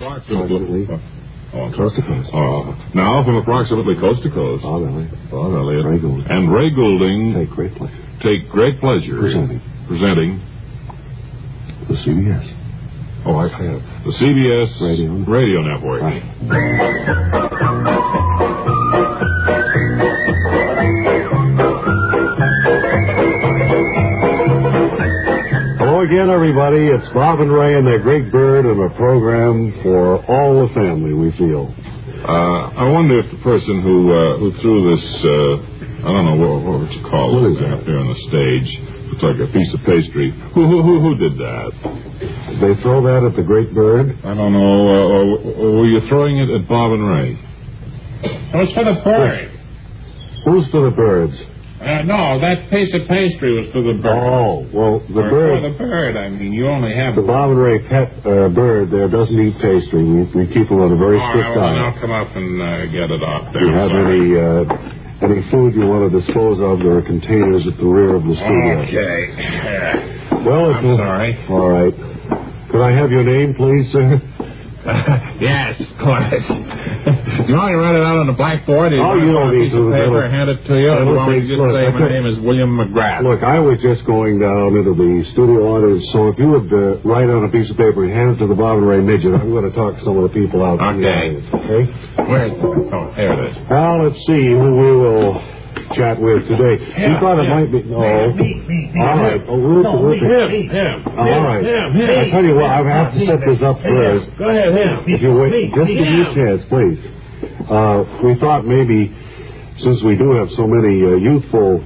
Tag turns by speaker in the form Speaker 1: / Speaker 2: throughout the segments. Speaker 1: Approximately.
Speaker 2: Oh, coast to coast. Oh, now from approximately coast to coast.
Speaker 1: Bob Elliott.
Speaker 2: Bob Elliott.
Speaker 1: Ray Goulding.
Speaker 2: And Ray Goulding
Speaker 1: Take great pleasure.
Speaker 2: take great pleasure in
Speaker 1: Presenting.
Speaker 2: presenting.
Speaker 1: The CBS.
Speaker 2: Oh, I have the CBS
Speaker 1: Radio.
Speaker 2: radio network.
Speaker 1: Right. Hello again, everybody. It's Bob and Ray and their great bird and a program for all the family, we feel.
Speaker 2: Uh, I wonder if the person who uh, who threw this, uh, I don't know what, what would you call
Speaker 1: What
Speaker 2: it
Speaker 1: is that?
Speaker 2: out there on the stage. Looks like a piece of pastry. Who who who, who did that?
Speaker 1: They throw that at the great bird.
Speaker 2: I don't know. Uh, or, or were you throwing it at Bob and Ray?
Speaker 3: Well, it's for the bird.
Speaker 1: Who's to the birds?
Speaker 3: Uh, no, that piece of pastry was for the bird.
Speaker 1: Oh, well, the
Speaker 3: Or
Speaker 1: bird.
Speaker 3: For the bird, I mean. You only have
Speaker 1: The Bob and Ray pet uh, bird there doesn't eat pastry. We, we keep him on a very
Speaker 3: All right,
Speaker 1: strict
Speaker 3: well, then
Speaker 1: diet.
Speaker 3: I'll come up and uh, get it off
Speaker 1: If
Speaker 3: there.
Speaker 1: you have any uh, any food you want to dispose of, there are containers at the rear of the studio.
Speaker 3: Okay.
Speaker 1: Well, it's
Speaker 3: I'm sorry.
Speaker 1: all right. Could I have your name, please, sir?
Speaker 3: yes, of course. you want me to write it out on the blackboard?
Speaker 1: Oh, you don't need
Speaker 3: piece
Speaker 1: to.
Speaker 3: of paper,
Speaker 1: That'll-
Speaker 3: hand it to you, or do you
Speaker 1: that'll
Speaker 3: want me to
Speaker 1: take-
Speaker 3: just
Speaker 1: look, I
Speaker 3: say my
Speaker 1: could-
Speaker 3: name is William McGrath?
Speaker 1: Look, I was just going down into the studio audience, so if you would uh, write on a piece of paper and hand it to the Bob and Ray midget, I'm going to talk to some of the people out in the
Speaker 3: Okay.
Speaker 1: audience. Okay.
Speaker 3: Where is it? Oh, here it is.
Speaker 1: Now let's see who we will chat with today. we thought it might be Oh. no. All right. Oh, we'll, we'll,
Speaker 3: him.
Speaker 1: Oh, all right. I tell you what, I have to set this up first.
Speaker 3: Go ahead, him.
Speaker 1: If you wait, just give me a chance, please. Uh, we thought maybe, since we do have so many uh, youthful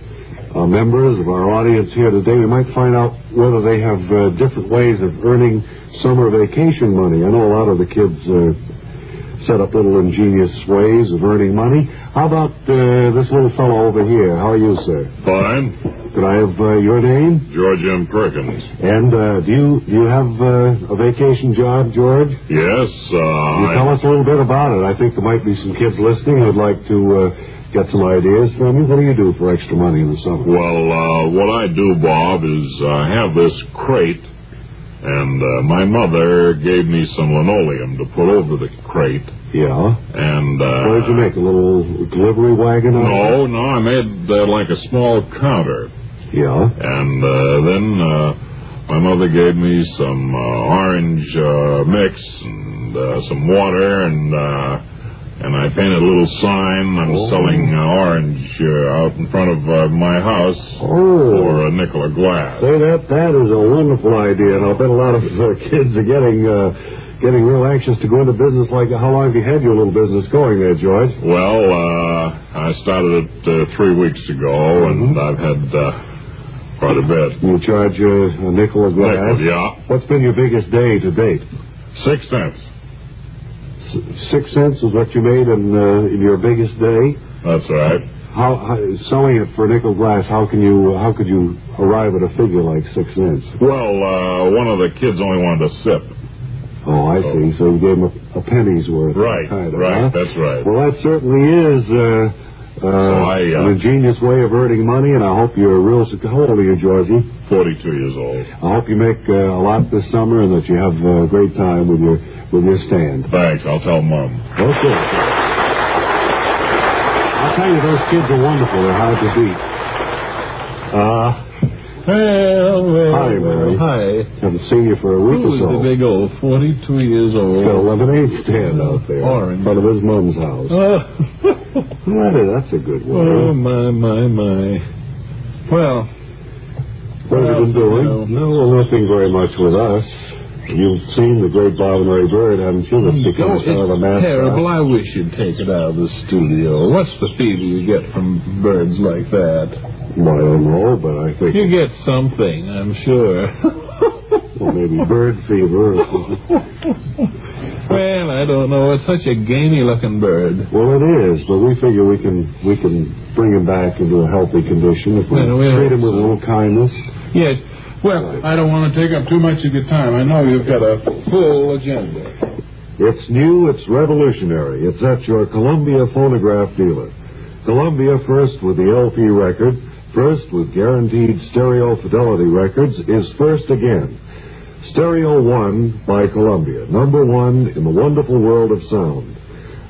Speaker 1: uh, members of our audience here today, we might find out whether they have uh, different ways of earning summer vacation money. I know a lot of the kids uh, set up little ingenious ways of earning money. How about uh, this little fellow over here? How are you, sir?
Speaker 2: Fine.
Speaker 1: Could I have uh, your name?
Speaker 2: George M. Perkins.
Speaker 1: And uh, do you do you have uh, a vacation job, George?
Speaker 2: Yes. Uh,
Speaker 1: Can you tell
Speaker 2: I,
Speaker 1: us a little bit about it? I think there might be some kids listening who'd like to uh, get some ideas from you. What do you do for extra money in the summer?
Speaker 2: well, uh, what I do, Bob, is I have this crate, and uh, my mother gave me some linoleum to put over the crate,
Speaker 1: Yeah.
Speaker 2: and uh,
Speaker 1: What did you make? A little delivery wagon? out of it?
Speaker 2: No, no, I made uh, like a small counter,
Speaker 1: Yeah.
Speaker 2: and uh, then uh, my mother gave me some uh, orange uh, mix and uh, some water, and uh, and I painted a little sign. I'm
Speaker 1: Oh.
Speaker 2: selling uh, orange uh, out in front of uh, my house
Speaker 1: Oh.
Speaker 2: for a nickel a glass.
Speaker 1: Say that that is a wonderful idea, and I'll bet a lot of uh, kids are getting uh, getting real anxious to go into business. Like, that. how long have you had your little business going there, George?
Speaker 2: Well, uh, I started it uh, three weeks ago,
Speaker 1: Mm-hmm.
Speaker 2: and I've had uh, quite a bit.
Speaker 1: You charge uh, a nickel a glass.
Speaker 2: Nickel, yeah,
Speaker 1: What's been your biggest day to date?
Speaker 2: six cents.
Speaker 1: S- six cents is what you made in, uh, in your biggest day.
Speaker 2: That's right.
Speaker 1: How, how selling it for nickel glass? How can you? How could you arrive at a figure like six cents?
Speaker 2: Well, uh, one of the kids only wanted a sip.
Speaker 1: Oh, I see. So you gave him a, a penny's worth.
Speaker 2: Right,
Speaker 1: Kind of,
Speaker 2: right,
Speaker 1: huh?
Speaker 2: that's right.
Speaker 1: Well, that certainly is uh, uh,
Speaker 2: I, uh,
Speaker 1: an ingenious way of earning money, and I hope you're real. suc- How old are you, Georgie?
Speaker 2: 42 years old.
Speaker 1: I hope you make uh, a lot this summer, and that you have a great time with your with your stand.
Speaker 2: Thanks, I'll tell Mom.
Speaker 1: Okay. I'll tell you, those kids are wonderful. They're hard to beat. Uh,
Speaker 3: Well, well,
Speaker 1: Hi, Mary.
Speaker 3: Hi.
Speaker 1: Haven't seen you for a week or so.
Speaker 3: big old 42 years
Speaker 1: Got a lemonade stand out there in
Speaker 3: Orange.
Speaker 1: front of his mum's house.
Speaker 3: Oh.
Speaker 1: Well, that's a good
Speaker 3: Oh,
Speaker 1: one.
Speaker 3: my, my, my. Well,
Speaker 1: what have you been doing?
Speaker 3: well,
Speaker 1: No, nothing very much with us. You've seen the great Bob and Ray Bird, haven't you? That's become kind of a mascot.
Speaker 3: Oh, terrible. I wish you'd take it out of the studio. What's the fee do you get from birds like that?
Speaker 1: Well, I don't know, but I think
Speaker 3: You get something, I'm sure.
Speaker 1: well, maybe bird fever. Or something.
Speaker 3: well, I don't know. It's such a gamey-looking bird.
Speaker 1: well, it is, but we figure we can we can bring him back into a healthy condition if we
Speaker 3: Well, we'll-
Speaker 1: treat him with a little kindness.
Speaker 3: Yes. Well, I don't want to take up too much of your time. I know you've got a full agenda.
Speaker 1: It's new, it's revolutionary. It's at your Columbia phonograph dealer. Columbia first with the LP record, first with guaranteed stereo fidelity records, is first again. Stereo One by Columbia, number one in the wonderful world of sound.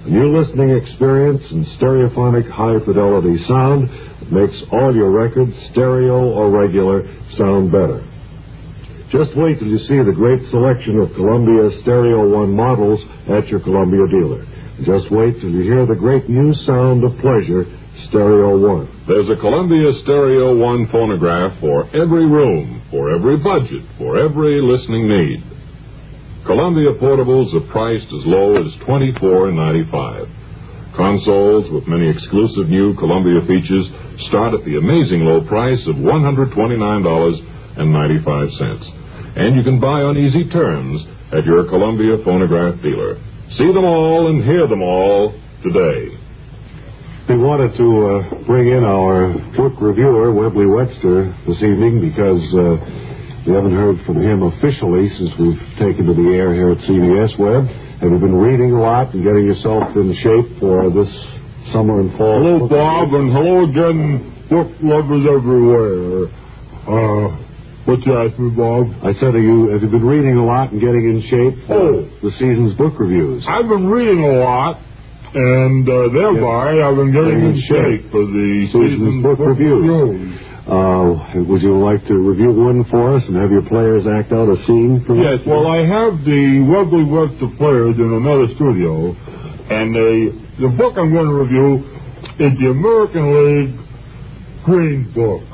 Speaker 1: A new listening experience and stereophonic high fidelity sound makes all your records, stereo or regular, sound better. Just wait till you see the great selection of Columbia Stereo One models at your Columbia dealer. Just wait till you hear the great new sound of pleasure, Stereo One.
Speaker 2: There's a Columbia Stereo One phonograph for every room, for every budget, for every listening need. Columbia portables are priced as low as $24.95. Consoles with many exclusive new Columbia features start at the amazing low price of $129.95. And you can buy on easy terms at your Columbia phonograph dealer. See them all and hear them all today.
Speaker 1: We wanted to uh, bring in our book reviewer, Webley Webster, this evening because uh, we haven't heard from him officially since we've taken to the air here at CBS Web. And we've been reading a lot and getting yourself in shape for this summer and fall.
Speaker 2: Hello, Bob, and hello again, book lovers everywhere. Uh, what you ask me, Bob?
Speaker 1: I said, are you, have you been reading a lot and getting in shape for
Speaker 2: Oh.
Speaker 1: the season's book reviews?
Speaker 2: I've been reading a lot, and uh, thereby I've been getting in shape for the
Speaker 1: Season's book reviews.
Speaker 2: reviews.
Speaker 1: Uh, would you like to review one for us and have your players act out a scene from
Speaker 2: Yes, well, I have the Webley Webster players in another studio, and they, the book I'm going to review is the American League Green Book.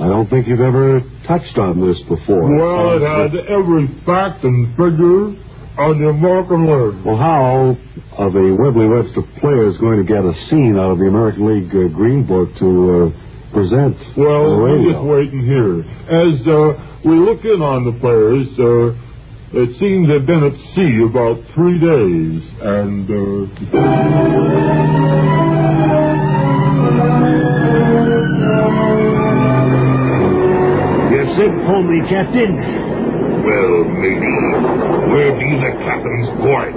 Speaker 1: I don't think you've ever touched on this before. Uh,
Speaker 2: Well, it had every fact and figure on the American League.
Speaker 1: Well, how are the Webley Webster players going to get a scene out of the American League uh, Green Book to uh, present on the
Speaker 2: Well, we just
Speaker 1: radio?
Speaker 2: wait and hear. As uh, we look in on the players, uh, it seems they've been at sea about three days, and uh,
Speaker 4: You're sick for me, Captain. Well, matey, where be the captain's port?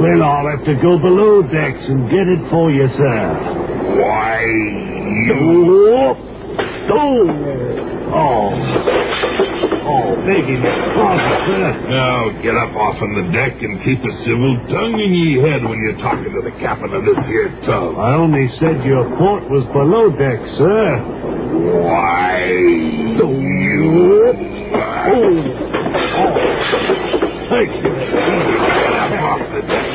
Speaker 4: Well, I'll have to go below decks and get it for you, sir. Why, you... Oh! Oh. Oh, begging your pardon, sir. Now, get up off on the deck and keep a civil tongue in ye head when you're talking to the captain of this here tub.
Speaker 1: I only said your port was below deck, sir.
Speaker 4: Why, you... Thank you. Get off the deck.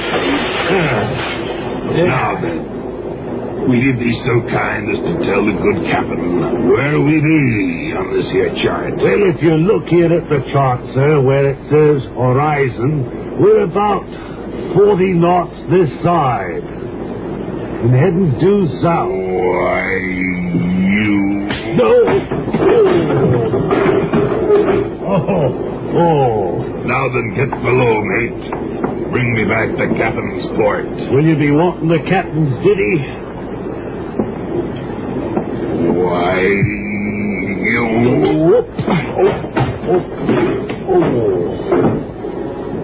Speaker 4: Now then, will you be so kind as to tell the good captain where we be on this here chart? Well, if you look here at the chart, sir, where it says horizon, we're about 40 knots this side. And heading due south. Why, you... No! Oh, oh. Now then, get below, mate. Bring me back the captain's port. Will you be wanting the captain's ditty? Why, you... Oh, oh, oh.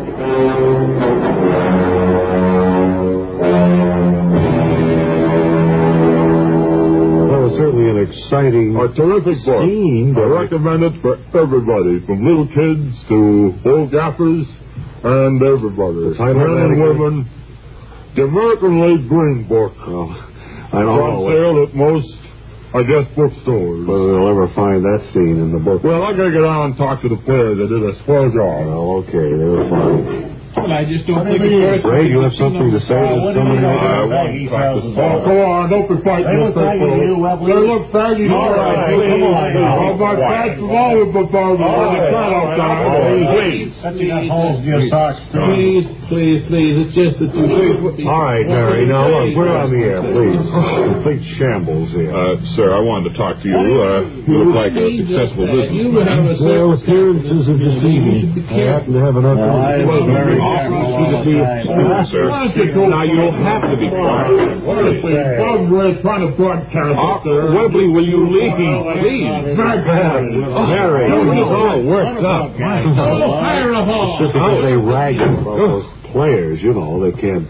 Speaker 1: That was certainly an exciting
Speaker 2: a terrific book. I
Speaker 1: scene. But
Speaker 2: recommend it for everybody, from little kids to old gaffers and everybody.
Speaker 1: The title of
Speaker 2: Men
Speaker 1: that
Speaker 2: and
Speaker 1: again?
Speaker 2: women. The American League Green Book.
Speaker 1: well, I don't
Speaker 2: on
Speaker 1: know whether
Speaker 2: sale at most, I guess, bookstores.
Speaker 1: they'll ever find that scene in the book.
Speaker 2: well, I gotta get out and talk to the players. They did a swell job.
Speaker 1: Well, okay, they were fine.
Speaker 5: Well, I just don't think it's worth
Speaker 1: Ray, you have something to say
Speaker 4: Oh,
Speaker 1: to somebody?
Speaker 2: I want to talk to Oh, go on, don't be fighting
Speaker 4: They
Speaker 2: with
Speaker 4: look
Speaker 2: that
Speaker 4: baggy to you, Webley.
Speaker 2: They look baggy to you.
Speaker 4: All right, come on now.
Speaker 2: Oh, my pants have always been baggy.
Speaker 4: right, all right, all right.
Speaker 2: Please.
Speaker 5: Please, please, please, it's just that you
Speaker 1: All right, Harry, now look, we're on the air, please. Complete shambles here.
Speaker 2: Uh, sir, I wanted to talk to you. Uh, you look like a successful
Speaker 5: You
Speaker 2: businessman.
Speaker 5: would have a
Speaker 1: Well,
Speaker 5: success-
Speaker 1: appearances of deceiving. I happen to have an uncle.
Speaker 2: Well, very
Speaker 1: sir.
Speaker 2: Now, you'll have to be quiet.
Speaker 5: Bob, we're trying to broadcast.
Speaker 2: Uh, Webley, will you leave? Please.
Speaker 1: Harry,
Speaker 2: He's all worked up.
Speaker 5: Fire a hall.
Speaker 1: they rag about those players, you know, they can't.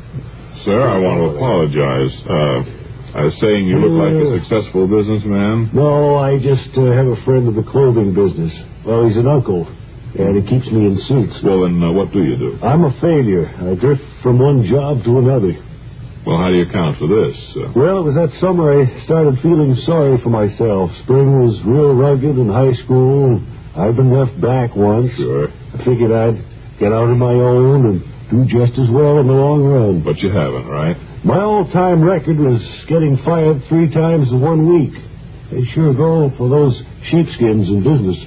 Speaker 2: Sir, I want to apologize. Uh, I was saying you look like a successful businessman.
Speaker 1: No, I just uh, have a friend in the clothing business. Well, he's an uncle. and it keeps me in suits.
Speaker 2: Well, then, uh, what do you do?
Speaker 1: I'm a failure. I drift from one job to another.
Speaker 2: Well, how do you account for this? Uh,
Speaker 1: Well, it was that summer I started feeling sorry for myself. Spring was real rugged in high school. I'd been left back once.
Speaker 2: sure.
Speaker 1: I figured I'd get out on my own and do just as well in the long run.
Speaker 2: But you haven't, right?
Speaker 1: My all-time record was getting fired three times in one week. They sure go for those sheepskins in business.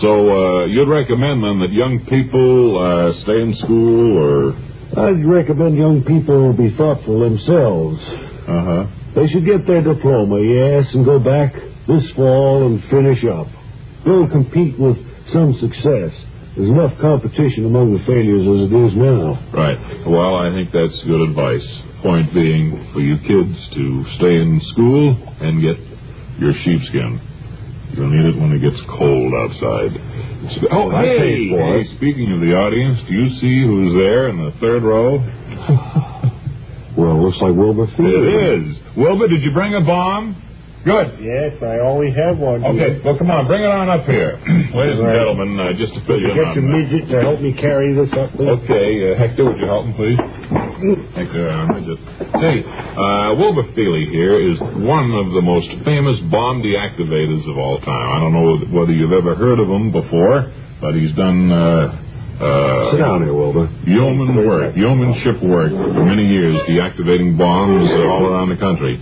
Speaker 2: So uh, you'd recommend then that young people uh, stay in school, or
Speaker 1: I'd recommend young people be thoughtful themselves.
Speaker 2: uh huh.
Speaker 1: They should get their diploma, yes, and go back this fall and finish up. They'll compete with some success. There's enough competition among the failures as it is now.
Speaker 2: Right. Well, I think that's good advice. Point being, for you kids to stay in school and get your sheepskin. You'll need it when it gets cold outside. Sp- Oh,
Speaker 1: I
Speaker 2: hey,
Speaker 1: paid for
Speaker 2: hey, speaking of the audience, do you see who's there in the third row?
Speaker 1: Well, looks like Wilbur
Speaker 2: It is. Wilbur, did you bring a bomb? Good.
Speaker 4: Yes, I only have one.
Speaker 2: Okay, well, come on, bring it on up here. Ladies and
Speaker 4: Right.
Speaker 2: gentlemen, uh, just to fill you in
Speaker 4: Get
Speaker 2: on
Speaker 4: your
Speaker 2: that.
Speaker 4: midget to help me carry this up, please.
Speaker 2: Okay, uh, Hector, would you help him, please? Hector, um, is it? Say, uh, Wilbur Feely here is one of the most famous bomb deactivators of all time. I don't know whether you've ever heard of him before, but he's done uh, uh,
Speaker 1: Sit down here, Wilbur.
Speaker 2: yeoman work, yeomanship work for many years, deactivating bombs uh, all around the country.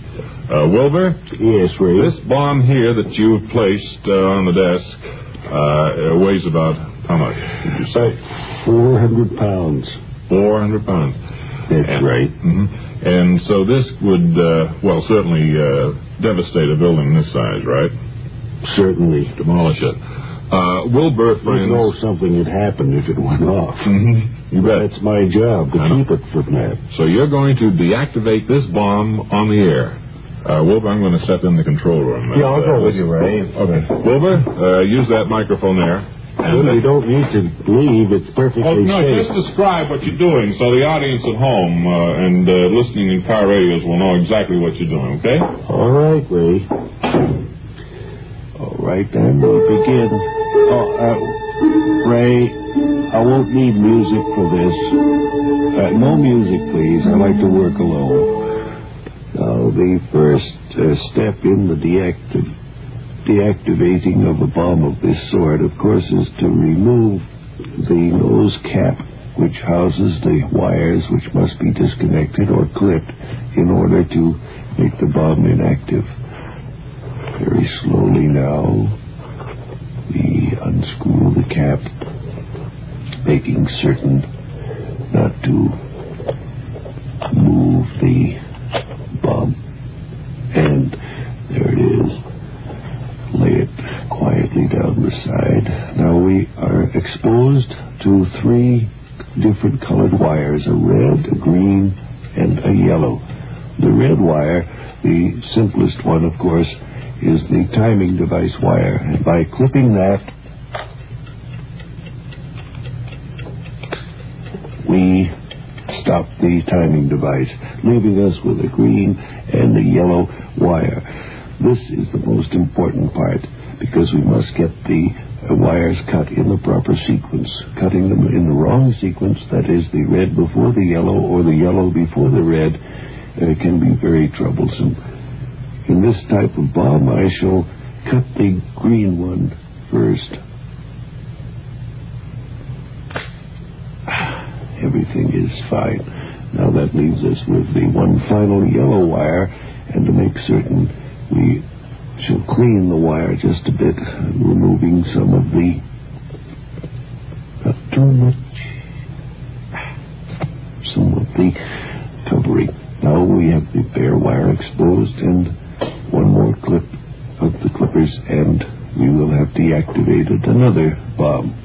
Speaker 2: Uh, Wilbur,
Speaker 1: Yes, Ray.
Speaker 2: this bomb here that you've placed uh, on the desk uh, weighs about how much? Did you say?
Speaker 1: 400 pounds.
Speaker 2: 400 pounds.
Speaker 1: That's right.
Speaker 2: hmm And so this would, uh, well, certainly uh, devastate a building this size, right?
Speaker 1: Certainly.
Speaker 2: Demolish it. Uh, Wilbur,
Speaker 1: You
Speaker 2: friends.
Speaker 1: know something had happened if it went off.
Speaker 2: Mhm. You bet.
Speaker 1: That's my job, to
Speaker 2: I know.
Speaker 1: keep it from that.
Speaker 2: So you're going to deactivate this bomb on the air. Uh, Wilbur, I'm going to step in the control room.
Speaker 1: Yeah, I'll
Speaker 2: Uh,
Speaker 1: go with you, Ray.
Speaker 2: Okay. Wilbur, uh, use that microphone there. And,
Speaker 1: Well, you don't need to leave. It's perfectly
Speaker 2: Oh, no,
Speaker 1: safe.
Speaker 2: just describe what you're doing so the audience at home uh, and uh, listening in car radios will know exactly what you're doing, okay?
Speaker 1: All right, Ray. All right, then we begin. Oh, uh, Ray, I won't need music for this. Uh, no music, please. I like to work alone. Now, the first uh, step in the deactiv deactivating of a bomb of this sort, of course, is to remove the nose cap which houses the wires which must be disconnected or clipped in order to make the bomb inactive. Very slowly now, we unscrew the cap, making certain not to move the bomb. And there it is. Lay it quietly down the side. Now we are exposed to three different colored wires a red, a green, and a yellow. The red wire, the simplest one, of course, is the timing device wire. And by clipping that, we stop the timing device, leaving us with a green and a yellow wire. This is the most important part because we must get the uh, wires cut in the proper sequence. Cutting them in the wrong sequence, that is, the red before the yellow or the yellow before the red, uh, can be very troublesome. In this type of bomb, I shall cut the green one first. Everything is fine. Now that leaves us with the one final yellow wire, and to make certain, we shall clean the wire just a bit, removing some of the. not too much. Some of the covering. Now we have the bare wire exposed, and one more clip of the clippers, and we will have deactivated another bomb.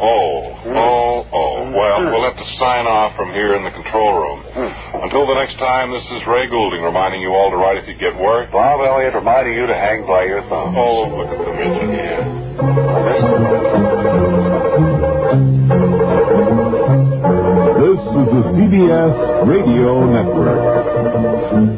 Speaker 2: Oh, oh, oh.
Speaker 1: Hmm.
Speaker 2: Well, we'll have to sign off from here in the control room.
Speaker 1: Hmm.
Speaker 2: Until the next time, this is Ray Goulding reminding you all to write if you get work.
Speaker 1: Bob Elliott reminding you to hang by your thumb.
Speaker 2: Oh, look at the midget here.
Speaker 1: This This is the CBS Radio Network.